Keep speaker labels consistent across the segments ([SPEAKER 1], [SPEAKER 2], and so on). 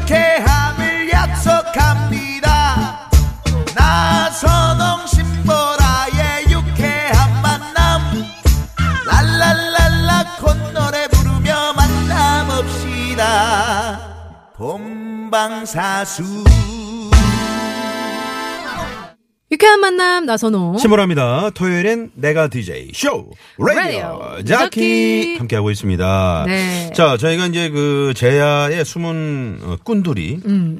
[SPEAKER 1] 유쾌함을 약속합니다 나선홍 신보라의 유쾌한 만남 랄랄랄라 콧노래 부르며 만남없시다 본방사수
[SPEAKER 2] 유쾌한 만남 나선호.
[SPEAKER 3] 신보라입니다. 토요일엔 내가 DJ 쇼
[SPEAKER 2] 라디오
[SPEAKER 3] 라디오
[SPEAKER 2] 자키.
[SPEAKER 3] 자키 함께하고 있습니다.
[SPEAKER 2] 네.
[SPEAKER 3] 자, 저희가 이제 그 제야의 숨은 어, 꾼들이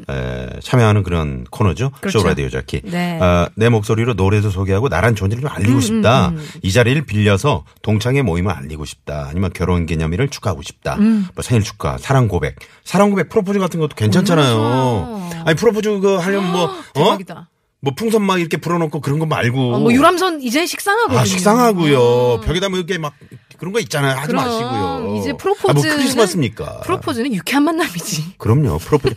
[SPEAKER 3] 에, 참여하는 그런 코너죠.
[SPEAKER 2] 음. 그렇죠.
[SPEAKER 3] 쇼 라디오 자키.
[SPEAKER 2] 네. 음,
[SPEAKER 3] 아, 내 목소리로 노래도 소개하고 나란 존재를 좀 알리고 싶다. 이 자리를 빌려서 동창회 모임을 알리고 싶다. 아니면 결혼 기념일을 축하하고 싶다.
[SPEAKER 2] 음.
[SPEAKER 3] 뭐 생일 축하, 사랑 고백, 사랑 고백 프로포즈 같은 것도 괜찮잖아요.
[SPEAKER 2] 좋아요.
[SPEAKER 3] 아니 프로포즈 그 하려면 뭐 어?
[SPEAKER 2] 음, 아, 대박이다.
[SPEAKER 3] 뭐 풍선 막 이렇게 불어놓고 그런 거 말고
[SPEAKER 2] 어, 뭐 유람선 이제 식상하고.
[SPEAKER 3] 아, 식상하고요. 벽에다 뭐 이렇게 막 그런 거 있잖아요. 하지 마시고요.
[SPEAKER 2] 이제
[SPEAKER 3] 아, 뭐
[SPEAKER 2] 프로포즈는
[SPEAKER 3] 크리스마스입니까?
[SPEAKER 2] 프로포즈는 유쾌한 만남이지.
[SPEAKER 3] 그럼요. 프로포즈.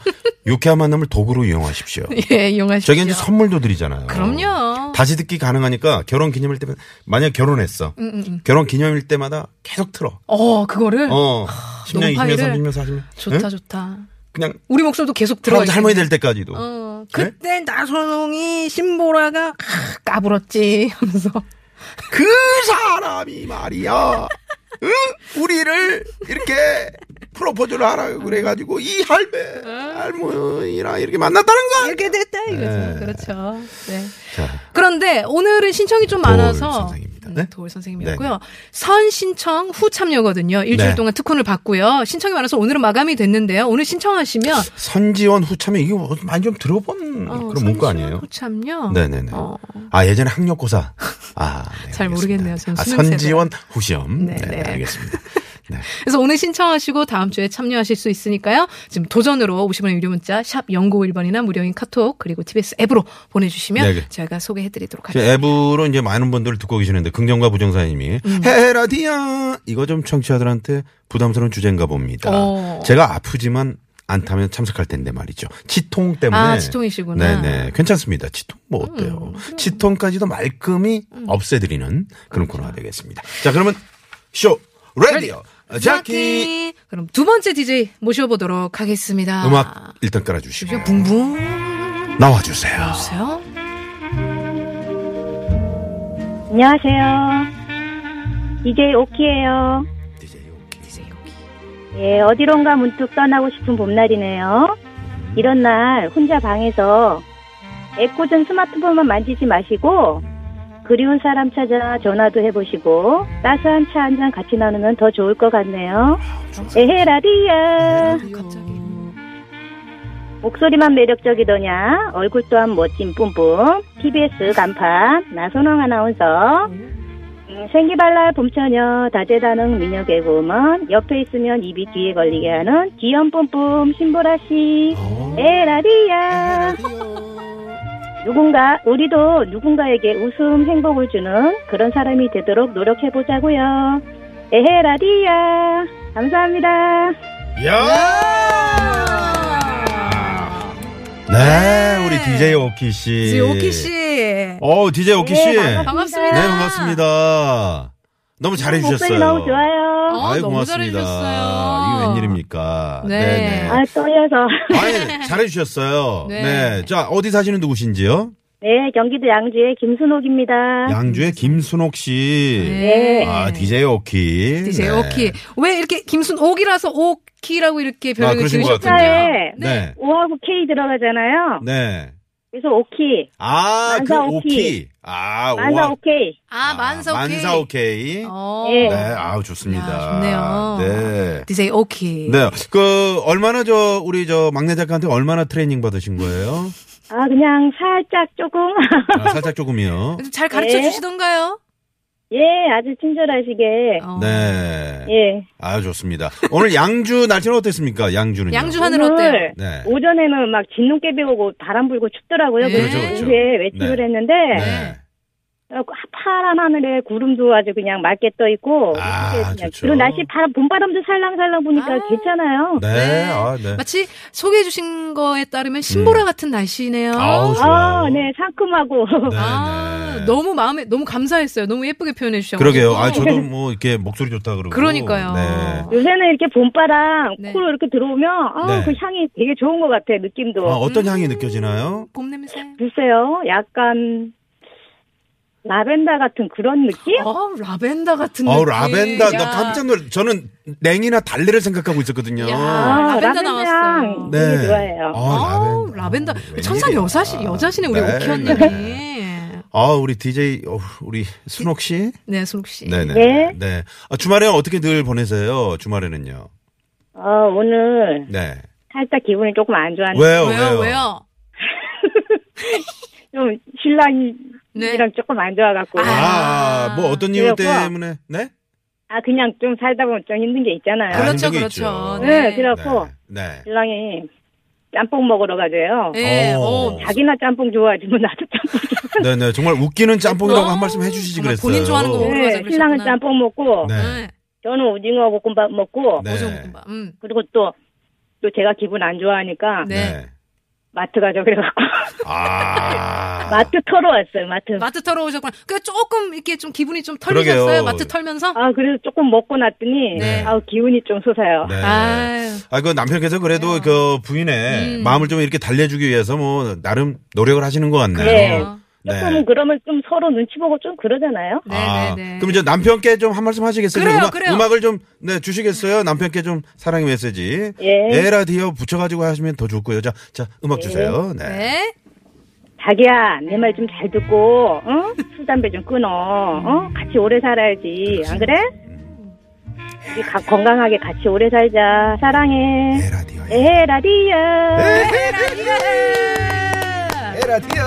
[SPEAKER 3] 유쾌한 만남을 도구로 이용하십시오.
[SPEAKER 2] 예, 이용하십시오.
[SPEAKER 3] 저기 이제 선물도 드리잖아요.
[SPEAKER 2] 그럼요.
[SPEAKER 3] 다시 듣기 가능하니까 결혼 기념일 때면 만약 결혼했어.
[SPEAKER 2] 음,
[SPEAKER 3] 결혼 기념일 때마다 계속 틀어.
[SPEAKER 2] 어, 그거를.
[SPEAKER 3] 어. 10년, 20년,
[SPEAKER 2] 녹음파일을.
[SPEAKER 3] 30년, 40년.
[SPEAKER 2] 아, 좋다, 좋다.
[SPEAKER 3] 그냥
[SPEAKER 2] 우리 목소리도 계속 들어가.
[SPEAKER 3] 할아버지 할머니 될 때까지도.
[SPEAKER 2] 어,
[SPEAKER 3] 네?
[SPEAKER 2] 그때 나선홍이 신보라가 아, 까불었지 하면서
[SPEAKER 3] 그 사람이 말이야. 응? 우리를 이렇게 프로포즈를 하라고 그래가지고 이 할배 할머니랑 이렇게 만났다는 거.
[SPEAKER 2] 이렇게 됐다 이거죠. 그렇죠. 네.
[SPEAKER 3] 자,
[SPEAKER 2] 그런데 오늘은 신청이 좀
[SPEAKER 3] 도울
[SPEAKER 2] 많아서
[SPEAKER 3] 선생입니다.
[SPEAKER 2] 음,
[SPEAKER 3] 네?
[SPEAKER 2] 도울 선생님이었고요. 선 신청 후 참여거든요. 일주일
[SPEAKER 3] 네.
[SPEAKER 2] 동안 특훈을 받고요. 신청이 많아서 오늘은 마감이 됐는데요. 오늘 신청하시면
[SPEAKER 3] 선지원 후참에 이게 뭐 많이 좀 들어본
[SPEAKER 2] 어,
[SPEAKER 3] 아, 그런 문구
[SPEAKER 2] 선시원
[SPEAKER 3] 아니에요?
[SPEAKER 2] 후 참여.
[SPEAKER 3] 네네네.
[SPEAKER 2] 어,
[SPEAKER 3] 아 예전에 학력고사. 아, 네,
[SPEAKER 2] 잘
[SPEAKER 3] 알겠습니다.
[SPEAKER 2] 모르겠네요. 저는
[SPEAKER 3] 아,
[SPEAKER 2] 수능 세대.
[SPEAKER 3] 선지원 후시험. 네,
[SPEAKER 2] 네네.
[SPEAKER 3] 네, 알겠습니다. 네.
[SPEAKER 2] 그래서 오늘 신청하시고 다음 주에 참여하실 수 있으니까요. 지금 도전으로 50원의 유료 문자 샵 0951번이나 무료인 카톡 그리고 TBS 앱으로 보내주시면
[SPEAKER 3] 네, 네.
[SPEAKER 2] 저희가 소개해드리도록
[SPEAKER 3] 저
[SPEAKER 2] 하겠습니다.
[SPEAKER 3] 그 앱으로 이제 많은 분들 듣고 계시는데 긍정과 부정사님이 헤라디아 이거 좀 청취자들한테 부담스러운 주제인가 봅니다.
[SPEAKER 2] 어.
[SPEAKER 3] 제가 아프지만 안 타면 참석할 텐데 말이죠. 치통 때문에
[SPEAKER 2] 아, 치통이시구나.
[SPEAKER 3] 네네 괜찮습니다. 치통 뭐 어때요? 치통까지도 말끔히 없애드리는 그런 코너가 되겠습니다. 자 그러면 쇼 라디오 어, 자키
[SPEAKER 2] 자키. 그럼 두 번째 DJ 모셔보도록 하겠습니다.
[SPEAKER 3] 음악 일단 깔아주시고
[SPEAKER 2] 이게 붕붕.
[SPEAKER 3] 나와주세요.
[SPEAKER 2] 보세요.
[SPEAKER 4] 안녕하세요. DJ 오키예요.
[SPEAKER 3] DJ 오키.
[SPEAKER 4] 예, 어디론가 문득 떠나고 싶은 봄날이네요. 이런 날 혼자 방에서 애꿎은 스마트폰만 만지지 마시고 그리운 사람 찾아 전화도 해보시고 따스한 차 한 잔 같이 나누면 더 좋을 것 같네요.
[SPEAKER 1] 네,
[SPEAKER 4] 에헤라디야
[SPEAKER 2] 갑자기.
[SPEAKER 4] 목소리만 매력적이더냐 얼굴 또한 멋진 뿜뿜 TBS 간판 나선홍 아나운서 음, 생기발랄 봄처녀 다재다능 미녀 개구먼 옆에 있으면 입이 뒤에 걸리게 하는 귀염 뿜뿜 신보라 씨
[SPEAKER 3] 어.
[SPEAKER 4] 에라디야 누군가 우리도 누군가에게 웃음 행복을 주는 그런 사람이 되도록 노력해 보자고요 에헤라디야 감사합니다
[SPEAKER 2] 아.
[SPEAKER 3] 야! 네, 우리 DJ 오키 씨.
[SPEAKER 2] 이제 오키 씨.
[SPEAKER 3] 어, DJ 오키 씨.
[SPEAKER 4] 네,
[SPEAKER 3] 네,
[SPEAKER 2] 예. 반갑습니다.
[SPEAKER 3] 반갑습니다. 너무
[SPEAKER 4] 목소리
[SPEAKER 3] 잘해주셨어요.
[SPEAKER 4] 너무 좋아요
[SPEAKER 2] 어,
[SPEAKER 3] 아유,
[SPEAKER 2] 너무
[SPEAKER 3] 고맙습니다.
[SPEAKER 2] 잘해주셨어요.
[SPEAKER 3] 이게 웬일입니까?
[SPEAKER 2] 네.
[SPEAKER 4] 아 떨려서
[SPEAKER 3] 아니, 예, 잘해주셨어요.
[SPEAKER 2] 네.
[SPEAKER 3] 네. 자, 어디 사시는 누구신지요?
[SPEAKER 4] 네, 경기도 양주의 김순옥입니다.
[SPEAKER 3] 양주의 김순옥 씨.
[SPEAKER 2] 네.
[SPEAKER 3] 아, DJ 오키.
[SPEAKER 2] DJ
[SPEAKER 3] 네.
[SPEAKER 2] 오키. 왜 이렇게 김순 옥이라서 오키라고 이렇게
[SPEAKER 3] 아,
[SPEAKER 2] 별명을
[SPEAKER 3] 그러신 것
[SPEAKER 2] 지으셨죠?
[SPEAKER 3] 같은데요.
[SPEAKER 4] 숫자에
[SPEAKER 3] 네.
[SPEAKER 4] 5하고 K 들어가잖아요.
[SPEAKER 3] 네.
[SPEAKER 4] 그래서 오키.
[SPEAKER 3] 아, 그
[SPEAKER 4] 만사 오키.
[SPEAKER 3] 오키. 아,
[SPEAKER 4] 만사
[SPEAKER 3] 오와-
[SPEAKER 4] 오케이.
[SPEAKER 2] 아, 만사 오키.
[SPEAKER 3] 만사 오케이.
[SPEAKER 2] 어.
[SPEAKER 4] 예.
[SPEAKER 3] 네, 아우 좋습니다.
[SPEAKER 2] 야, 좋네요.
[SPEAKER 3] 네.
[SPEAKER 2] DJ 오키.
[SPEAKER 3] 네. 그 얼마나 저 우리 저 막내 작가한테 얼마나 트레이닝 받으신 거예요?
[SPEAKER 4] 아, 그냥 살짝 조금.
[SPEAKER 3] 아, 살짝 조금이요.
[SPEAKER 2] 잘 가르쳐
[SPEAKER 4] 네.
[SPEAKER 2] 주시던가요?
[SPEAKER 4] 예, 아주 친절하시게.
[SPEAKER 2] 어.
[SPEAKER 3] 네.
[SPEAKER 4] 예.
[SPEAKER 3] 아유 좋습니다. 오늘 양주 날씨는 어땠습니까? 양주는요.
[SPEAKER 2] 양주 하늘 어때요?
[SPEAKER 4] 오늘
[SPEAKER 3] 네.
[SPEAKER 4] 오전에는 막 진눈깨비 오고 바람 불고 춥더라고요.
[SPEAKER 2] 네.
[SPEAKER 4] 그래서
[SPEAKER 2] 그렇죠,
[SPEAKER 3] 그렇죠.
[SPEAKER 4] 이제 외출을
[SPEAKER 3] 네.
[SPEAKER 4] 했는데
[SPEAKER 3] 네.
[SPEAKER 4] 파란 하늘에 구름도 아주 그냥 맑게 떠 있고
[SPEAKER 3] 아,
[SPEAKER 4] 이렇게
[SPEAKER 3] 좋죠.
[SPEAKER 4] 그리고 날씨 바람 봄바람도 살랑살랑 보니까
[SPEAKER 2] 아.
[SPEAKER 4] 괜찮아요.
[SPEAKER 3] 네, 아, 네. 음.
[SPEAKER 2] 마치 소개해 주신 거에 따르면 신보라 같은 날씨네요.
[SPEAKER 3] 아우, 좋아요.
[SPEAKER 4] 아, 네, 상큼하고.
[SPEAKER 3] 네,
[SPEAKER 2] 아,
[SPEAKER 3] 네.
[SPEAKER 2] 너무 마음에 너무 감사했어요. 너무 예쁘게 표현해 주셔서.
[SPEAKER 3] 그러게요. 아, 저도 뭐 이렇게 목소리 좋다 그러고.
[SPEAKER 2] 네. 그러니까요.
[SPEAKER 3] 네.
[SPEAKER 4] 요새는 이렇게 봄바람
[SPEAKER 2] 네.
[SPEAKER 4] 코로 이렇게 들어오면 아,
[SPEAKER 3] 네.
[SPEAKER 4] 그 향이 되게 좋은 것 같아 느낌도.
[SPEAKER 3] 아, 어떤 향이 느껴지나요?
[SPEAKER 2] 봄 냄새.
[SPEAKER 4] 글쎄요, 약간 라벤더 같은 그런 느낌?
[SPEAKER 2] 어, 라벤더 같은 느낌.
[SPEAKER 3] 어, 라벤더. 나
[SPEAKER 2] 야.
[SPEAKER 3] 깜짝 놀. 저는 냉이나 달래를 생각하고 있었거든요.
[SPEAKER 2] 야. 라벤더 나왔어요.
[SPEAKER 4] 아, 향
[SPEAKER 3] 네.
[SPEAKER 4] 되게 음, 좋아해요.
[SPEAKER 3] 어.
[SPEAKER 2] 아, 라벤더.
[SPEAKER 3] 아,
[SPEAKER 2] 천상
[SPEAKER 3] 웬일이야.
[SPEAKER 2] 여사시 여자시네 우리
[SPEAKER 3] 네.
[SPEAKER 2] 오키언니.
[SPEAKER 3] 네. 아, 우리 DJ 어, 우리 순옥 씨.
[SPEAKER 2] 네, 수록 씨.
[SPEAKER 3] 네, 네.
[SPEAKER 4] 네.
[SPEAKER 2] 예?
[SPEAKER 3] 네. 아, 주말에 어떻게 늘 보내세요? 주말에는요.
[SPEAKER 4] 어, 오늘
[SPEAKER 3] 네.
[SPEAKER 4] 살짝 기분이 조금 안 좋아서
[SPEAKER 3] 왜요?
[SPEAKER 2] 왜요?
[SPEAKER 3] 왜요?
[SPEAKER 2] 왜요?
[SPEAKER 4] 좀 신랑이랑
[SPEAKER 2] 네.
[SPEAKER 4] 조금 안 좋아갖고
[SPEAKER 2] 아.
[SPEAKER 4] 아,
[SPEAKER 3] 아, 뭐 어떤 이유
[SPEAKER 4] 그래갖고.
[SPEAKER 3] 때문에? 네?
[SPEAKER 4] 아, 그냥 좀 살다 보면 좀 힘든 게 있잖아요.
[SPEAKER 3] 아,
[SPEAKER 2] 그렇죠,
[SPEAKER 3] 힘든 게
[SPEAKER 2] 그렇죠.
[SPEAKER 3] 있죠.
[SPEAKER 4] 네,
[SPEAKER 2] 네.
[SPEAKER 4] 그래갖고
[SPEAKER 3] 네. 네.
[SPEAKER 4] 신랑이 짬뽕 먹으러 가재요.
[SPEAKER 2] 네.
[SPEAKER 3] 어.
[SPEAKER 2] 어,
[SPEAKER 4] 자기나 짬뽕 좋아하지만 나도 짬뽕
[SPEAKER 3] 네, 네. 정말 웃기는 짬뽕이라고
[SPEAKER 2] 어,
[SPEAKER 3] 한 말씀 해 주시지
[SPEAKER 2] 정말
[SPEAKER 3] 그랬어요.
[SPEAKER 2] 본인 좋아하는 거 먹으러 가자
[SPEAKER 4] 좋아해. 신랑은
[SPEAKER 2] 그러셨구나.
[SPEAKER 4] 짬뽕 먹고
[SPEAKER 3] 네.
[SPEAKER 4] 저는 오징어 볶음밥 먹고
[SPEAKER 3] 네.
[SPEAKER 2] 오징어볶음밥. 음.
[SPEAKER 4] 그리고 또 또 제가 기분 안 좋아하니까
[SPEAKER 2] 네.
[SPEAKER 4] 마트 가자 그래갖고
[SPEAKER 3] 아.
[SPEAKER 4] 마트 털어 왔어요. 마트.
[SPEAKER 2] 마트 털어 오셨구나. 그 조금 이렇게 좀 기분이 좀 털리셨어요.
[SPEAKER 3] 그러게요.
[SPEAKER 2] 마트 털면서.
[SPEAKER 4] 아 그래서 조금 먹고 났더니
[SPEAKER 3] 네.
[SPEAKER 4] 아우 기운이 좀 솟아요.
[SPEAKER 3] 네.
[SPEAKER 2] 아유. 네.
[SPEAKER 3] 아, 그 남편께서 그래도 그 부인의
[SPEAKER 2] 음.
[SPEAKER 3] 마음을 좀 이렇게 달래주기 위해서 뭐 나름 노력을 하시는 것 같네요.
[SPEAKER 4] 그래요.
[SPEAKER 3] 네.
[SPEAKER 4] 조금 그러면 좀 서로 눈치 보고 좀 그러잖아요.
[SPEAKER 3] 아,
[SPEAKER 2] 네, 네, 네.
[SPEAKER 3] 그럼 이제 남편께 좀 한 말씀 하시겠어요?
[SPEAKER 2] 그래요,
[SPEAKER 3] 음악,
[SPEAKER 2] 그래요.
[SPEAKER 3] 음악을 좀 네, 주시겠어요? 남편께 좀 사랑의 메시지.
[SPEAKER 4] 예.
[SPEAKER 3] 라디오 붙여가지고 하시면 더 좋고요. 자, 자, 음악 주세요. 네.
[SPEAKER 2] 네.
[SPEAKER 4] 자기야 내 말 좀 잘 듣고 어? 술 담배 좀 끊어. 어? 같이 오래 살아야지. 안 그래? 우리 가- 건강하게 같이 오래 살자.
[SPEAKER 2] 네.
[SPEAKER 4] 사랑해.
[SPEAKER 3] 에라디오.
[SPEAKER 4] 예.
[SPEAKER 3] 네.
[SPEAKER 4] 에라디야.
[SPEAKER 3] 에라디오.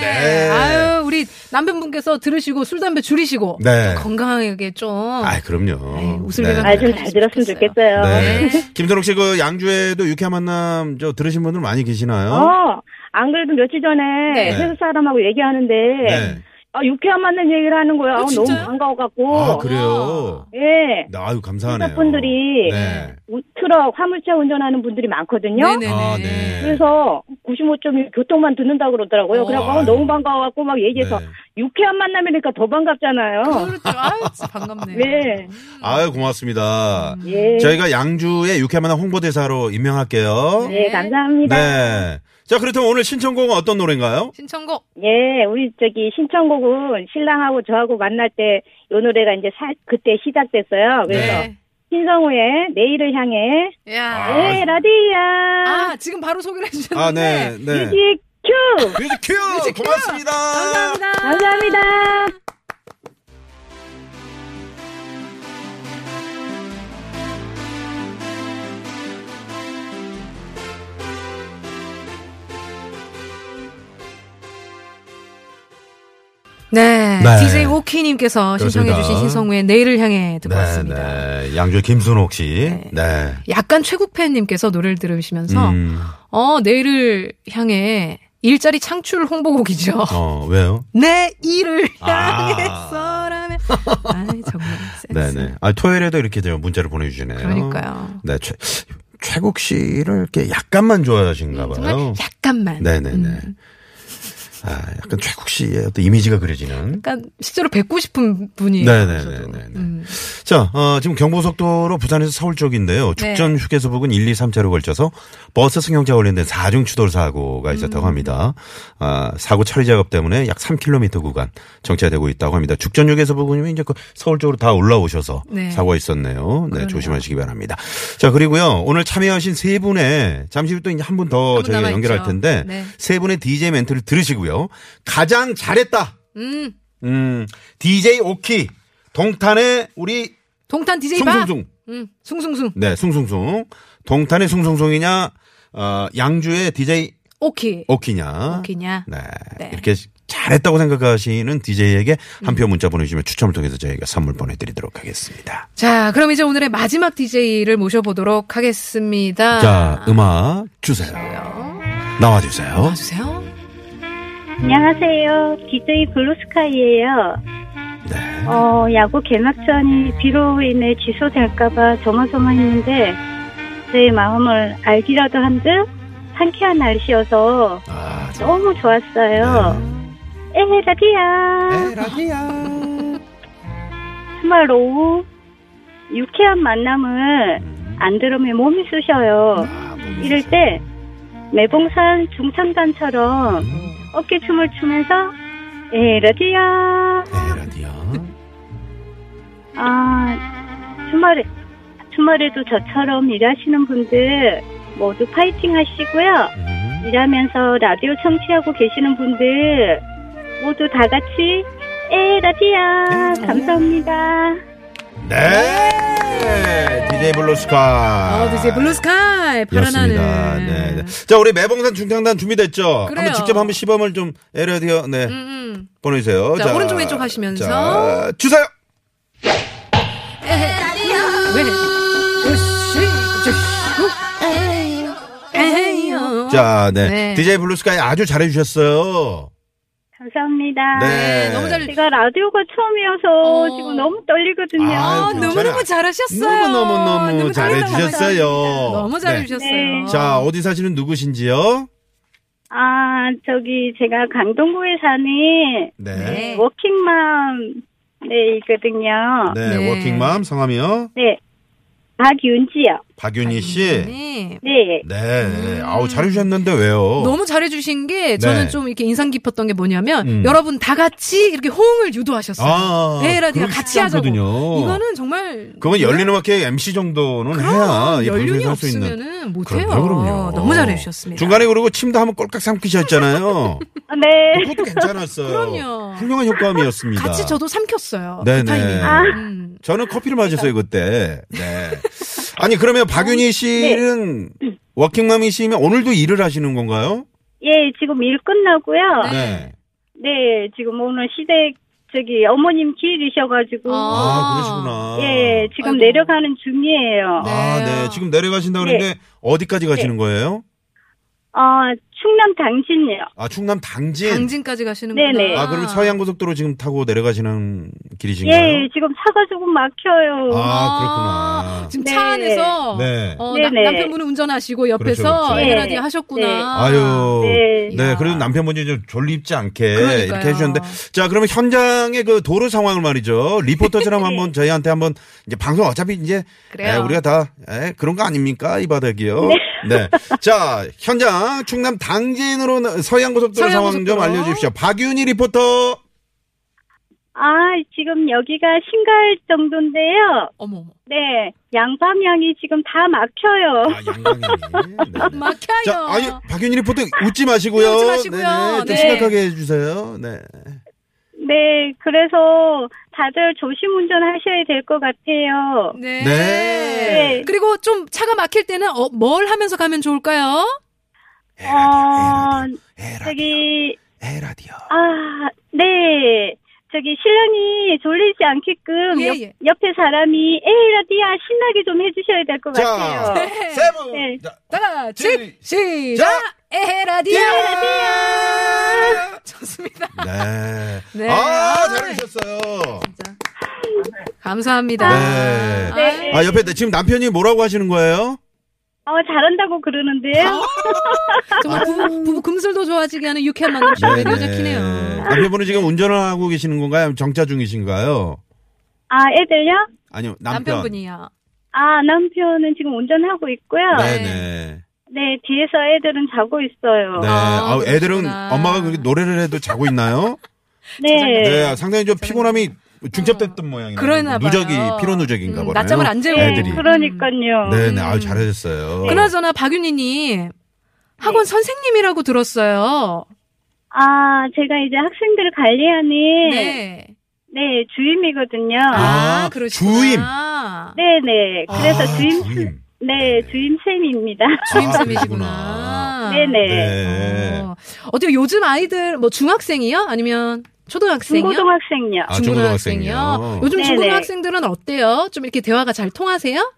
[SPEAKER 2] 네. 아유, 우리 남편분께서 들으시고 술 담배 줄이시고
[SPEAKER 3] 네.
[SPEAKER 2] 건강하게 좀
[SPEAKER 3] 아, 그럼요.
[SPEAKER 2] 에이, 웃을 일은
[SPEAKER 4] 아,
[SPEAKER 3] 네.
[SPEAKER 4] 좀 잘 들었으면 좋겠어요.
[SPEAKER 3] 네. 김선옥 씨, 그 양주에도 유쾌한 만남 저 들으신 분들 많이 계시나요?
[SPEAKER 4] 어, 안 그래도 며칠 전에
[SPEAKER 2] 네.
[SPEAKER 4] 회사 사람하고 얘기하는데
[SPEAKER 3] 네.
[SPEAKER 4] 아, 유쾌한 만난 얘기를 하는 거야.
[SPEAKER 2] 어,
[SPEAKER 4] 아, 너무
[SPEAKER 2] 진짜요?
[SPEAKER 4] 반가워갖고.
[SPEAKER 3] 아, 그래요.
[SPEAKER 4] 예.
[SPEAKER 3] 네, 아유, 감사하네요.
[SPEAKER 4] 회사분들이
[SPEAKER 3] 네.
[SPEAKER 4] 우- 트럭, 화물차 운전하는 분들이 많거든요.
[SPEAKER 2] 네네네.
[SPEAKER 3] 아, 네.
[SPEAKER 4] 그래서 95.1 교통만 듣는다 그러더라고요.
[SPEAKER 2] 어.
[SPEAKER 4] 그래갖고 어, 너무 반가워갖고 막 얘기해서
[SPEAKER 3] 네.
[SPEAKER 4] 유쾌한 만남이니까 더 반갑잖아요.
[SPEAKER 2] 그렇죠. 아유, 진짜 반갑네요.
[SPEAKER 4] 네.
[SPEAKER 3] 아유, 고맙습니다.
[SPEAKER 2] 음.
[SPEAKER 4] 예.
[SPEAKER 3] 저희가 양주의 유쾌한 만남 홍보대사로 임명할게요.
[SPEAKER 4] 예, 감사합니다.
[SPEAKER 3] 네. 자, 그렇다면 오늘 신청곡은 어떤 노래인가요?
[SPEAKER 2] 신청곡.
[SPEAKER 4] 예, 우리 저기 신청곡은 신랑하고 저하고 만날 때 이 노래가 이제 살 그때 시작됐어요. 그래서
[SPEAKER 2] 네.
[SPEAKER 4] 신성우의 내일을 향해
[SPEAKER 2] 야.
[SPEAKER 4] 에 라디야
[SPEAKER 2] 아, 지금 바로 소개를 해 주셨는데.
[SPEAKER 3] 아, 네, 네.
[SPEAKER 4] 뮤직 큐
[SPEAKER 3] 뮤직 큐! 고맙습니다. 네,
[SPEAKER 2] 감사합니다.
[SPEAKER 4] 감사합니다.
[SPEAKER 2] 네.
[SPEAKER 3] 네.
[SPEAKER 2] DJ 오키님께서 신청해
[SPEAKER 3] 그렇습니다.
[SPEAKER 2] 주신 신성우의 내일을 향해 듣고
[SPEAKER 3] 네,
[SPEAKER 2] 왔습니다.
[SPEAKER 3] 네. 양주의 김순옥 씨. 네.
[SPEAKER 2] 약간 최국팬님께서 노래를 들으시면서
[SPEAKER 3] 음,
[SPEAKER 2] 어 내일을 향해 일자리 창출 홍보곡이죠.
[SPEAKER 3] 어, 왜요?
[SPEAKER 2] 내 일을
[SPEAKER 3] 아.
[SPEAKER 2] 향해서라면. 아 정말.
[SPEAKER 3] 네, 네. 아, 토요일에도 이렇게 저 문자를 보내주시네요.
[SPEAKER 2] 그러니까요.
[SPEAKER 3] 네, 최, 최국 씨를 이렇게 약간만 좋아하신가 봐요.
[SPEAKER 2] 네, 정말 약간만.
[SPEAKER 3] 네, 네, 네.
[SPEAKER 2] 음,
[SPEAKER 3] 아, 약간 최국 씨의 어떤 이미지가 그려지는.
[SPEAKER 2] 약간 실제로 뵙고 싶은 분이. 음.
[SPEAKER 3] 네, 네, 네, 네, 네. 자, 어, 지금 경보속도로 부산에서 서울
[SPEAKER 2] 네.
[SPEAKER 3] 쪽인데요. 죽전 휴게소 부근 1, 2, 3차로 걸쳐서 버스 승용차 관련된 4중 추돌 사고가
[SPEAKER 2] 음.
[SPEAKER 3] 있었다고 합니다. 아, 사고 처리 작업 때문에 약 3km 구간 정체되고 있다고 합니다. 죽전 휴게소 부근이면 이제 그 서울 쪽으로 다 올라오셔서
[SPEAKER 2] 네.
[SPEAKER 3] 사고가 있었네요. 네, 조심하시기 바랍니다. 자, 그리고요. 오늘 참여하신 세 분의 잠시 후 또 이제 한 분 더
[SPEAKER 2] 한분
[SPEAKER 3] 어, 저희가
[SPEAKER 2] 남아있죠.
[SPEAKER 3] 연결할 텐데
[SPEAKER 2] 네.
[SPEAKER 3] 세 분의 DJ 멘트를 들으시고요. 가장 잘했다.
[SPEAKER 2] 음,
[SPEAKER 3] 음, DJ 오키 동탄의 우리
[SPEAKER 2] 동탄 DJ 봐.
[SPEAKER 3] 숭숭숭.
[SPEAKER 2] 음, 숭숭숭.
[SPEAKER 3] 네, 숭숭숭. 동탄의 숭숭숭이냐, 어, 양주의 DJ
[SPEAKER 2] 오키.
[SPEAKER 3] 오키냐.
[SPEAKER 2] 오키냐.
[SPEAKER 3] 네.
[SPEAKER 2] 네. 음.
[SPEAKER 3] 이렇게 잘했다고 생각하시는 DJ에게 한 표 문자 보내주시면 추첨을 통해서 저희가 선물 보내드리도록 하겠습니다.
[SPEAKER 2] 자, 그럼 이제 오늘의 마지막 DJ를 모셔보도록 하겠습니다.
[SPEAKER 3] 자, 음악 주세요. 나와주세요.
[SPEAKER 2] 봐주세요.
[SPEAKER 4] 안녕하세요. DJ 블루스카이예요.
[SPEAKER 3] 네.
[SPEAKER 4] 어, 야구 개막전이 비로 인해 취소될까봐 조마조마했는데 제 마음을 알기라도 한 듯 상쾌한 날씨여서
[SPEAKER 3] 아, 좋아.
[SPEAKER 4] 너무 좋았어요.
[SPEAKER 2] 네.
[SPEAKER 4] 에라디야.
[SPEAKER 1] 에라디야
[SPEAKER 4] 정말 오후 유쾌한 만남을
[SPEAKER 3] 음.
[SPEAKER 4] 안 들으면 몸이 쑤셔요.
[SPEAKER 3] 아, 몸이
[SPEAKER 4] 이럴
[SPEAKER 3] 좋죠.
[SPEAKER 4] 때 매봉산
[SPEAKER 3] 음.
[SPEAKER 4] 중창단처럼 어깨춤을 추면서 예, 에라디야.
[SPEAKER 3] 네. 에라디야.
[SPEAKER 4] 아, 주말에, 주말에도 저처럼 일하시는 분들 모두 파이팅 하시고요.
[SPEAKER 3] 음.
[SPEAKER 4] 일하면서 라디오 청취하고 계시는 분들 모두 다 같이 에, 라디아.
[SPEAKER 3] 음.
[SPEAKER 4] 감사합니다.
[SPEAKER 3] 네. DJ 블루스카.
[SPEAKER 2] 어, 이제 블루스카이 파란하늘.
[SPEAKER 3] 였습니다. 네, 네. 자, 우리 매봉산 중창단 준비됐죠?
[SPEAKER 2] 그래요.
[SPEAKER 3] 한번 직접 한번 시범을 좀 에라디어 네.
[SPEAKER 2] 음, 음.
[SPEAKER 3] 보내주세요.
[SPEAKER 2] 자, 오른쪽 왼쪽 하시면서.
[SPEAKER 3] 자, 주세요.
[SPEAKER 2] 왜? 으쌰, 으쌰, 으. 에헤이요.
[SPEAKER 3] 자, 네.
[SPEAKER 2] 네.
[SPEAKER 3] DJ 블루스카이 아주 잘해주셨어요.
[SPEAKER 4] 감사합니다.
[SPEAKER 3] 네.
[SPEAKER 2] 너무 잘.
[SPEAKER 4] 제가 라디오가 처음이어서
[SPEAKER 2] 어.
[SPEAKER 4] 지금 너무 떨리거든요.
[SPEAKER 3] 아유,
[SPEAKER 2] 아,
[SPEAKER 3] 괜찮아요.
[SPEAKER 2] 너무너무 잘하셨어요.
[SPEAKER 3] 너무너무너무
[SPEAKER 2] 너무 잘해주셨어요.
[SPEAKER 3] 잘해주셨어요.
[SPEAKER 2] 너무 잘해주셨어요.
[SPEAKER 4] 네.
[SPEAKER 3] 자, 어디 사시는 누구신지요?
[SPEAKER 4] 아, 저기 제가 강동구에 사는
[SPEAKER 3] 네. 네.
[SPEAKER 2] 네.
[SPEAKER 4] 워킹맘, 네, 있거든요.
[SPEAKER 2] 네.
[SPEAKER 3] 워킹맘 성함이요?
[SPEAKER 4] 네. 박윤지요.
[SPEAKER 3] 박윤희 씨.
[SPEAKER 2] 네.
[SPEAKER 4] 네.
[SPEAKER 3] 네. 네. 아우, 잘해주셨는데 왜요?
[SPEAKER 2] 너무 잘해주신 게 저는
[SPEAKER 3] 네.
[SPEAKER 2] 좀 이렇게 인상 깊었던 게 뭐냐면
[SPEAKER 3] 음.
[SPEAKER 2] 여러분 다 같이 이렇게 호응을 유도하셨어요.
[SPEAKER 3] 아,
[SPEAKER 2] 네, 라디오
[SPEAKER 3] 그거
[SPEAKER 2] 같이
[SPEAKER 3] 쉽지
[SPEAKER 2] 하자고.
[SPEAKER 3] 않거든요.
[SPEAKER 2] 이거는 정말
[SPEAKER 3] 그건 열린음악회 MC 정도는 해야 이
[SPEAKER 2] 연륜이
[SPEAKER 3] 방송에서 할수 있는.
[SPEAKER 2] 없으면은 못해요.
[SPEAKER 3] 그럼요, 그럼요.
[SPEAKER 2] 너무 잘해주셨습니다.
[SPEAKER 3] 중간에 그리고 침도 한번 꼴깍 삼키셨잖아요.
[SPEAKER 4] 네.
[SPEAKER 3] 그것도 괜찮았어요.
[SPEAKER 2] 그럼요.
[SPEAKER 3] 훌륭한 효과음이었습니다.
[SPEAKER 2] 같이 저도 삼켰어요.
[SPEAKER 3] 네네.
[SPEAKER 2] 그 타이밍에.
[SPEAKER 3] 아.
[SPEAKER 2] 음.
[SPEAKER 3] 저는 커피를 마셨어요 그때. 네. 아니 그러면
[SPEAKER 2] 음, 네.
[SPEAKER 3] 박윤희 씨는 워킹맘이시면 오늘도 일을 하시는 건가요?
[SPEAKER 4] 예, 지금 일
[SPEAKER 2] 아,
[SPEAKER 4] 끝나고요.
[SPEAKER 3] 네.
[SPEAKER 4] 네, 지금 오늘 시댁 저기 어머님 기일이셔가지고
[SPEAKER 2] 아.
[SPEAKER 3] 아, 그러시구나.
[SPEAKER 4] 예, 지금
[SPEAKER 2] 아이고.
[SPEAKER 4] 내려가는 중이에요.
[SPEAKER 3] 아, 네. 지금 내려가신다
[SPEAKER 2] 네.
[SPEAKER 3] 그러는데 어디까지 가시는 거예요?
[SPEAKER 4] 어, 충남 당진이요.
[SPEAKER 3] 아, 충남 당진.
[SPEAKER 2] 당진까지 가시는구나.
[SPEAKER 4] 네네.
[SPEAKER 3] 아, 그럼 서해안고속도로 지금 타고 내려가시는 길이신가요?
[SPEAKER 4] 예, 지금 차가 조금 막혀요.
[SPEAKER 3] 아, 그렇구나.
[SPEAKER 2] 아, 지금
[SPEAKER 4] 네.
[SPEAKER 2] 차 안에서
[SPEAKER 3] 네.
[SPEAKER 2] 어, 나-
[SPEAKER 4] 네네.
[SPEAKER 2] 남편분은 운전하시고 옆에서
[SPEAKER 3] 그렇죠, 그렇죠.
[SPEAKER 2] 에라디오 하셨구나.
[SPEAKER 4] 네.
[SPEAKER 3] 아유.
[SPEAKER 4] 네.
[SPEAKER 3] 네,
[SPEAKER 2] 이야.
[SPEAKER 3] 그래도 남편분이 좀 졸립지 않게
[SPEAKER 2] 그러니까요.
[SPEAKER 3] 이렇게 해주셨는데. 자, 그러면 현장의 그 도로 상황을 말이죠. 리포터처럼 한번 저희한테 한번 이제 방송 어차피 이제
[SPEAKER 2] 그래요.
[SPEAKER 3] 에, 우리가 다 에, 그런 거 아닙니까? 이 바닥이요. 네. 자, 현장 충남 당진으로 나- 서해안고속도로 상황 좀
[SPEAKER 2] 서해안고속도로. 어?
[SPEAKER 3] 알려주십시오. 박윤희 리포터.
[SPEAKER 4] 아, 지금 여기가 신갈 정도인데요.
[SPEAKER 2] 어머, 어머.
[SPEAKER 4] 네, 양방향이 지금 다 막혀요.
[SPEAKER 3] 아, 양광현이. 네, 네.
[SPEAKER 2] 막혀요.
[SPEAKER 3] 자, 아니, 박윤희 리포터 웃지 마시고요.
[SPEAKER 2] 웃지 마시고요.
[SPEAKER 3] 네네, 좀
[SPEAKER 2] 네.
[SPEAKER 3] 심각하게 해주세요. 네.
[SPEAKER 4] 네, 그래서 다들 조심 운전하셔야 될 것 같아요.
[SPEAKER 2] 네.
[SPEAKER 3] 네.
[SPEAKER 2] 그리고 좀 차가 막힐 때는 어, 뭘 하면서 가면 좋을까요?
[SPEAKER 4] 예, 어,
[SPEAKER 3] 에라디오.
[SPEAKER 4] 저기
[SPEAKER 3] 에라디오.
[SPEAKER 4] 아, 네. 저기 신랑이 졸리지 않게끔
[SPEAKER 2] 예,
[SPEAKER 4] 옆,
[SPEAKER 2] 예.
[SPEAKER 4] 옆에 사람이 에이 라디아 신나게 좀 해주셔야 될 것
[SPEAKER 3] 자.
[SPEAKER 4] 같아요.
[SPEAKER 3] 세븐.
[SPEAKER 4] 네.
[SPEAKER 3] 자, 예!
[SPEAKER 2] 따라
[SPEAKER 3] 시-
[SPEAKER 2] 시작 에라디오 좋습니다.
[SPEAKER 3] 네.
[SPEAKER 2] 네.
[SPEAKER 3] 아, 잘하셨어요.
[SPEAKER 2] 감사합니다.
[SPEAKER 3] 네.
[SPEAKER 4] 네.
[SPEAKER 3] 아, 옆에 지금 남편이 뭐라고 하시는 거예요?
[SPEAKER 4] 어, 잘한다고 그러는데요.
[SPEAKER 2] 정말 부부, 부부 금슬도 좋아지게 하는 유쾌한 만남 쇼의 여자키네요.
[SPEAKER 3] 남편분은 지금 운전을 하고 계시는 건가요? 아니면 정차 중이신가요?
[SPEAKER 4] 아, 애들요?
[SPEAKER 3] 아니요, 남편.
[SPEAKER 2] 남편분이요.
[SPEAKER 4] 아, 남편은 지금 운전하고 있고요. 네.
[SPEAKER 3] 네네.
[SPEAKER 4] 뒤에서 애들은 자고 있어요.
[SPEAKER 3] 네.
[SPEAKER 2] 아,
[SPEAKER 3] 아, 우 애들은
[SPEAKER 2] 그러시구나.
[SPEAKER 3] 엄마가 그렇게 노래를 해도 자고 있나요?
[SPEAKER 4] 네.
[SPEAKER 3] 네. 상당히 좀 피곤함이 중첩됐던 모양이네요.
[SPEAKER 2] 어. 그러나 봐요.
[SPEAKER 3] 누적이, 피로 누적인가
[SPEAKER 2] 음,
[SPEAKER 3] 보네요.
[SPEAKER 2] 낮잠을 안 재우고. 음.
[SPEAKER 3] 애들이.
[SPEAKER 4] 그러니까요.
[SPEAKER 3] 네네. 아유, 잘하셨어요.
[SPEAKER 2] 그나저나 박윤희님 학원
[SPEAKER 4] 네.
[SPEAKER 2] 선생님이라고 들었어요.
[SPEAKER 4] 아, 제가 이제 학생들을 관리하는 네,
[SPEAKER 2] 네.
[SPEAKER 4] 주임이거든요.
[SPEAKER 2] 아,
[SPEAKER 3] 아,
[SPEAKER 2] 그러시구나.
[SPEAKER 3] 주임.
[SPEAKER 4] 네, 네. 그래서
[SPEAKER 3] 아,
[SPEAKER 4] 주임
[SPEAKER 3] 주임.
[SPEAKER 4] 네, 주임 쌤입니다.
[SPEAKER 3] 그러시구나.
[SPEAKER 2] 주임쌤이시구나.
[SPEAKER 4] 네, 네.
[SPEAKER 3] 아, 네.
[SPEAKER 2] 아, 어. 어때요? 요즘 아이들 뭐 중학생이요? 아니면 초등학생이요?
[SPEAKER 4] 중고등학생요.
[SPEAKER 3] 아, 중고등학생이요.
[SPEAKER 2] 요즘
[SPEAKER 4] 네네.
[SPEAKER 2] 중고등학생들은 어때요? 좀 이렇게 대화가 잘 통하세요?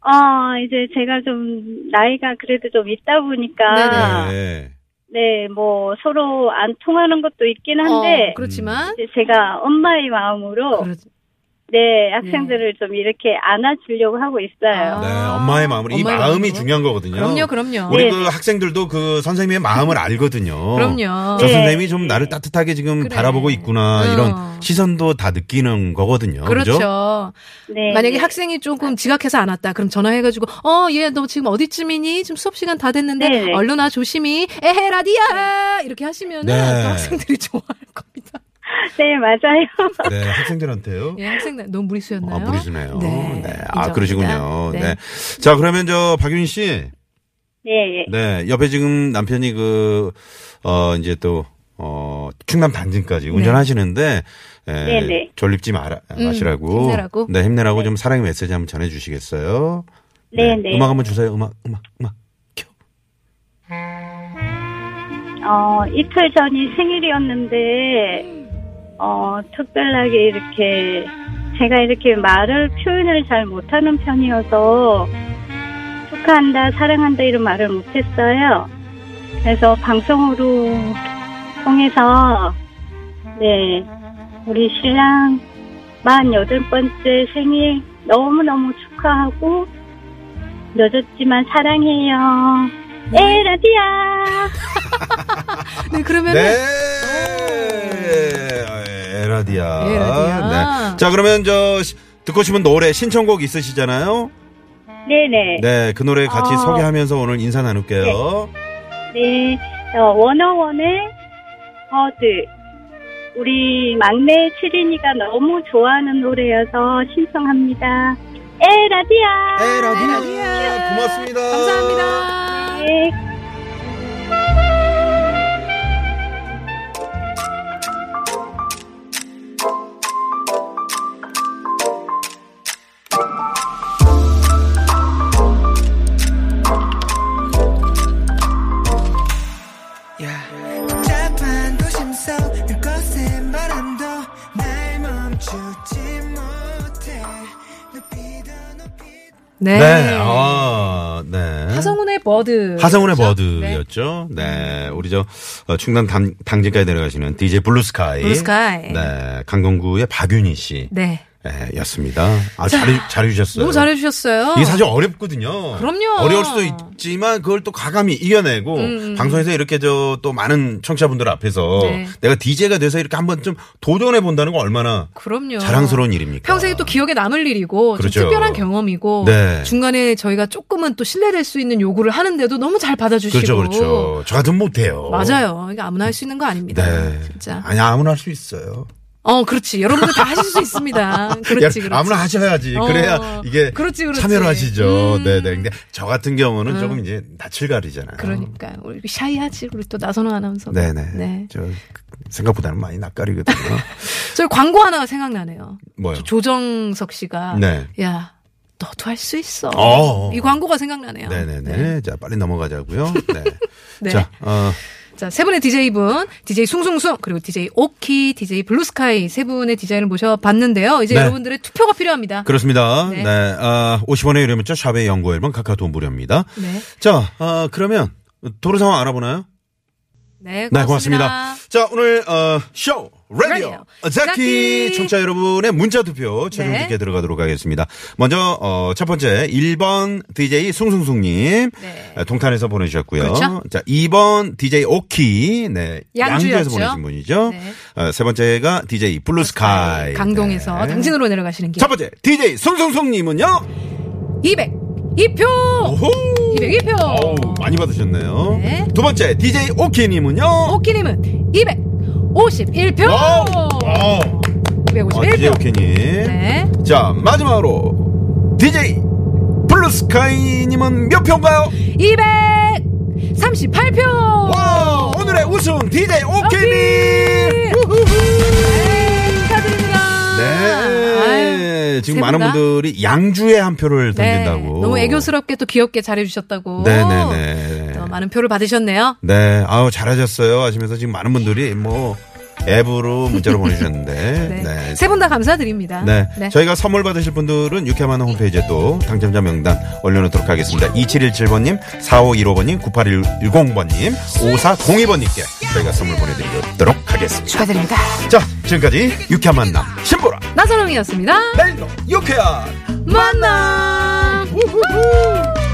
[SPEAKER 2] 아.
[SPEAKER 4] 어, 이제 제가 좀 나이가 그래도 좀 있다 보니까
[SPEAKER 3] 네.
[SPEAKER 4] 네, 뭐 서로 안 통하는 것도 있긴 한데
[SPEAKER 2] 어, 그렇지만
[SPEAKER 4] 이제 제가 엄마의 마음으로
[SPEAKER 2] 그렇-
[SPEAKER 4] 네 학생들을 좀 이렇게 안아주려고 하고 있어요.
[SPEAKER 2] 아.
[SPEAKER 3] 네, 엄마의 마음으로 이
[SPEAKER 2] 엄마의
[SPEAKER 3] 마음이
[SPEAKER 2] 마음으로.
[SPEAKER 3] 중요한 거거든요.
[SPEAKER 2] 그럼요, 그럼요. 예.
[SPEAKER 3] 우리 어.
[SPEAKER 4] 네.
[SPEAKER 3] 그 학생들도 그 선생님의 마음을 알거든요.
[SPEAKER 2] 그럼요. 예.
[SPEAKER 3] 저
[SPEAKER 4] 네.
[SPEAKER 3] 선생님이 좀 나를 따뜻하게 지금
[SPEAKER 2] 그래.
[SPEAKER 3] 바라보고 있구나
[SPEAKER 2] 어.
[SPEAKER 3] 이런 시선도 다 느끼는 거거든요. 그렇죠.
[SPEAKER 2] 그렇죠.
[SPEAKER 4] 네,
[SPEAKER 2] 만약에 학생이 조금 지각해서 안 왔다. 그럼 전화해가지고, 어, 얘, 너 지금 어디쯤이니? 지금 수업시간 다 됐는데,
[SPEAKER 4] 네네.
[SPEAKER 2] 얼른 와, 조심히. 에헤, 라디야! 이렇게 하시면은,
[SPEAKER 3] 네.
[SPEAKER 2] 또 학생들이 좋아할 겁니다.
[SPEAKER 4] 네 맞아요.
[SPEAKER 3] 네, 학생들한테요.
[SPEAKER 2] 예, 학생들, 너무 무리수였나요?
[SPEAKER 3] 아, 무리수네요. 네.
[SPEAKER 2] 네,
[SPEAKER 3] 아,
[SPEAKER 2] 인정합니다.
[SPEAKER 3] 그러시군요. 네.
[SPEAKER 2] 네.
[SPEAKER 3] 자, 그러면 저 박윤희 씨.
[SPEAKER 4] 네, 예.
[SPEAKER 3] 네. 옆에 지금 남편이 그, 어, 이제 또, 어, 충남 당진까지 운전하시는데, 에,
[SPEAKER 4] 네, 네.
[SPEAKER 3] 졸립지 마라,
[SPEAKER 2] 음,
[SPEAKER 3] 마시라고.
[SPEAKER 2] 힘내라고.
[SPEAKER 3] 네, 힘내라고 좀 사랑의 메시지 한번 전해주시겠어요?
[SPEAKER 4] 네, 네.
[SPEAKER 3] 음악 한번 주세요. 음악, 음악, 음악. 켜.
[SPEAKER 4] 어, 이틀 전이 생일이었는데, 어, 특별하게 이렇게, 제가 이렇게 말을, 표현을 잘 못하는 편이어서, 축하한다, 사랑한다, 이런 말을 못했어요. 그래서 방송으로 통해서, 네, 우리 신랑 48번째 생일 너무너무 축하하고, 늦었지만 사랑해요. 네, 에라디야!
[SPEAKER 2] 네, 그러면은,
[SPEAKER 3] 네. 아, 에라디아.
[SPEAKER 2] 예, 라디아.
[SPEAKER 3] 네. 자, 그러면 저, 시- 듣고 싶은 노래, 신청곡 있으시잖아요?
[SPEAKER 4] 네네. 네.
[SPEAKER 3] 네, 그 노래 같이
[SPEAKER 4] 어.
[SPEAKER 3] 소개하면서 오늘 인사 나눌게요.
[SPEAKER 4] 어, 원어원의 버드. 우리 막내 칠인이가 너무 좋아하는 노래여서 신청합니다. 에라디아.
[SPEAKER 3] 에라디아.
[SPEAKER 2] 라디야.
[SPEAKER 3] 고맙습니다.
[SPEAKER 2] 감사합니다.
[SPEAKER 4] 네.
[SPEAKER 1] 복잡한 도심 속 늘 거센 바람도 날 멈추지 못해 높이 더 높이
[SPEAKER 2] 네.
[SPEAKER 3] 네. 아, 네.
[SPEAKER 2] 하성운의 버드.
[SPEAKER 3] 하성운의
[SPEAKER 2] 그렇죠? 네.
[SPEAKER 3] 버드였죠. 네. 우리 저, 어, 충남 당, 당진까지 내려가시는 DJ 블루스카이.
[SPEAKER 2] 블루스카이.
[SPEAKER 3] 네. 강동구의 박윤희 씨.
[SPEAKER 2] 네.
[SPEAKER 3] 예, 였습니다. 아, 잘해, 잘해주셨어요.
[SPEAKER 2] 너무 잘해주셨어요.
[SPEAKER 3] 이게 사실 어렵거든요.
[SPEAKER 2] 그럼요. 음,
[SPEAKER 3] 어려울 수도 있지만 그걸 또 과감히 이겨내고 방송에서 이렇게 저 또 많은 청취자분들 앞에서
[SPEAKER 2] 네.
[SPEAKER 3] 내가 DJ가 돼서 이렇게 한번 좀 도전해 본다는 거 얼마나
[SPEAKER 2] 그럼요.
[SPEAKER 3] 자랑스러운 일입니까?
[SPEAKER 2] 평생에 또 기억에 남을 일이고 좀
[SPEAKER 3] 그렇죠.
[SPEAKER 2] 특별한 경험이고
[SPEAKER 3] 네.
[SPEAKER 2] 중간에 저희가 조금은 또 신뢰될 수 있는 요구를 하는데도 너무 잘 받아주시고
[SPEAKER 3] 그렇죠, 그렇죠. 저 같으면 못해요.
[SPEAKER 2] 맞아요. 이게 아무나 할 수 있는 거 아닙니다.
[SPEAKER 3] 네.
[SPEAKER 2] 진짜.
[SPEAKER 3] 아니 아무나 할 수 있어요.
[SPEAKER 2] 어, 그렇지. 여러분들 다 하실 수 있습니다. 그렇지,
[SPEAKER 3] 야,
[SPEAKER 2] 그렇지.
[SPEAKER 3] 아무나 하셔야지.
[SPEAKER 2] 어,
[SPEAKER 3] 그래야 이게
[SPEAKER 2] 그렇지, 그렇지.
[SPEAKER 3] 참여를 하시죠.
[SPEAKER 2] 음. 어.
[SPEAKER 3] 네네. 근데 저 같은 경우는 조금 이제 낯을 가리잖아요.
[SPEAKER 2] 그러니까 우리 샤이하지 우리 또 나선호 아나운서.
[SPEAKER 3] 네네.
[SPEAKER 2] 네.
[SPEAKER 3] 저 생각보다는 많이 낯가리거든요.
[SPEAKER 2] 저희 광고 하나가 생각나네요.
[SPEAKER 3] 뭐요?
[SPEAKER 2] 저 조정석 씨가
[SPEAKER 3] 네.
[SPEAKER 2] 야 너도 할 수 있어.
[SPEAKER 3] 어.
[SPEAKER 2] 이 광고가 생각나네요.
[SPEAKER 3] 네네네. 자, 빨리 넘어가자고요. 네.
[SPEAKER 2] 네.
[SPEAKER 3] 자, 어,
[SPEAKER 2] 자, 세 분의 DJ분, DJ 숭숭숭, 그리고 DJ 오키, DJ 블루스카이 세 분의 DJ를 모셔봤는데요. 이제
[SPEAKER 3] 네.
[SPEAKER 2] 여러분들의 투표가 필요합니다.
[SPEAKER 3] 그렇습니다. 네.
[SPEAKER 2] 네.
[SPEAKER 3] 아, 50원의 유료 문자 샵의 연구 앨범 카카오톡 무료입니다.
[SPEAKER 2] 네.
[SPEAKER 3] 자, 아, 그러면 도로 상황 알아보나요?
[SPEAKER 2] 네,
[SPEAKER 3] 네,
[SPEAKER 2] 고맙습니다.
[SPEAKER 3] 고맙습니다. 자, 오늘 어, 쇼 라디오
[SPEAKER 2] 라디오.
[SPEAKER 3] 자키
[SPEAKER 2] 자키.
[SPEAKER 3] 청자 여러분의 문자 투표 최종
[SPEAKER 2] 네.
[SPEAKER 3] 집계 들어가도록 하겠습니다. 먼저 어, 첫 번째 1번 DJ 숭숭숭 님. 아,
[SPEAKER 2] 네.
[SPEAKER 3] 동탄에서 보내주셨고요.
[SPEAKER 2] 그렇죠.
[SPEAKER 3] 자, 2번 DJ 오키, 네,
[SPEAKER 2] 양주였죠.
[SPEAKER 3] 양주에서 보내신 분이죠.
[SPEAKER 2] 네.
[SPEAKER 3] 어, 세 번째가 DJ 블루스카이,
[SPEAKER 2] 강동에서
[SPEAKER 3] 네.
[SPEAKER 2] 당진으로 내려가시는 길.
[SPEAKER 3] 첫 번째 DJ 숭숭숭님은요.
[SPEAKER 2] 200, 2표!
[SPEAKER 3] 오호.
[SPEAKER 2] 202표.
[SPEAKER 3] 어우, 많이 받으셨네요.
[SPEAKER 2] 어, 네.
[SPEAKER 3] 두 번째 DJ 오키님은요.
[SPEAKER 2] 오키님은 251표!
[SPEAKER 3] 와우. 와우. 아, DJ
[SPEAKER 2] 251표.
[SPEAKER 3] 오키님.
[SPEAKER 2] 네.
[SPEAKER 3] 자 마지막으로 DJ 블루스카이님은 몇 표인가요?
[SPEAKER 2] 네. 238표!
[SPEAKER 3] 와 오늘의 우승 DJ 오키님.
[SPEAKER 2] 네, 축하드립니다. 아유.
[SPEAKER 3] 네. 지금
[SPEAKER 2] 세
[SPEAKER 3] 많은
[SPEAKER 2] 분다?
[SPEAKER 3] 분들이 양주에 한 표를
[SPEAKER 2] 네,
[SPEAKER 3] 던진다고.
[SPEAKER 2] 너무 애교스럽게 또 귀엽게 잘해주셨다고.
[SPEAKER 3] 네네네.
[SPEAKER 2] 또 많은 표를 받으셨네요.
[SPEAKER 3] 네, 아우 잘하셨어요 하시면서 지금 많은 분들이 뭐 앱으로 문자로 보내주셨는데.
[SPEAKER 2] 네. 세 분 다 감사드립니다.
[SPEAKER 3] 네. 저희가 선물 받으실 분들은 유쾌만한 홈페이지에 또 당첨자 명단 올려놓도록 하겠습니다. 2717번님, 4515번님, 9810번님, 5402번님께 저희가 선물 보내드리도록 하겠습니다.
[SPEAKER 2] 축하드립니다.
[SPEAKER 3] 자, 지금까지 유쾌한 만남, 신보라, 네.
[SPEAKER 2] 나선홍이었습니다.
[SPEAKER 3] 내일도 유쾌한
[SPEAKER 2] 만남!
[SPEAKER 3] 우후후.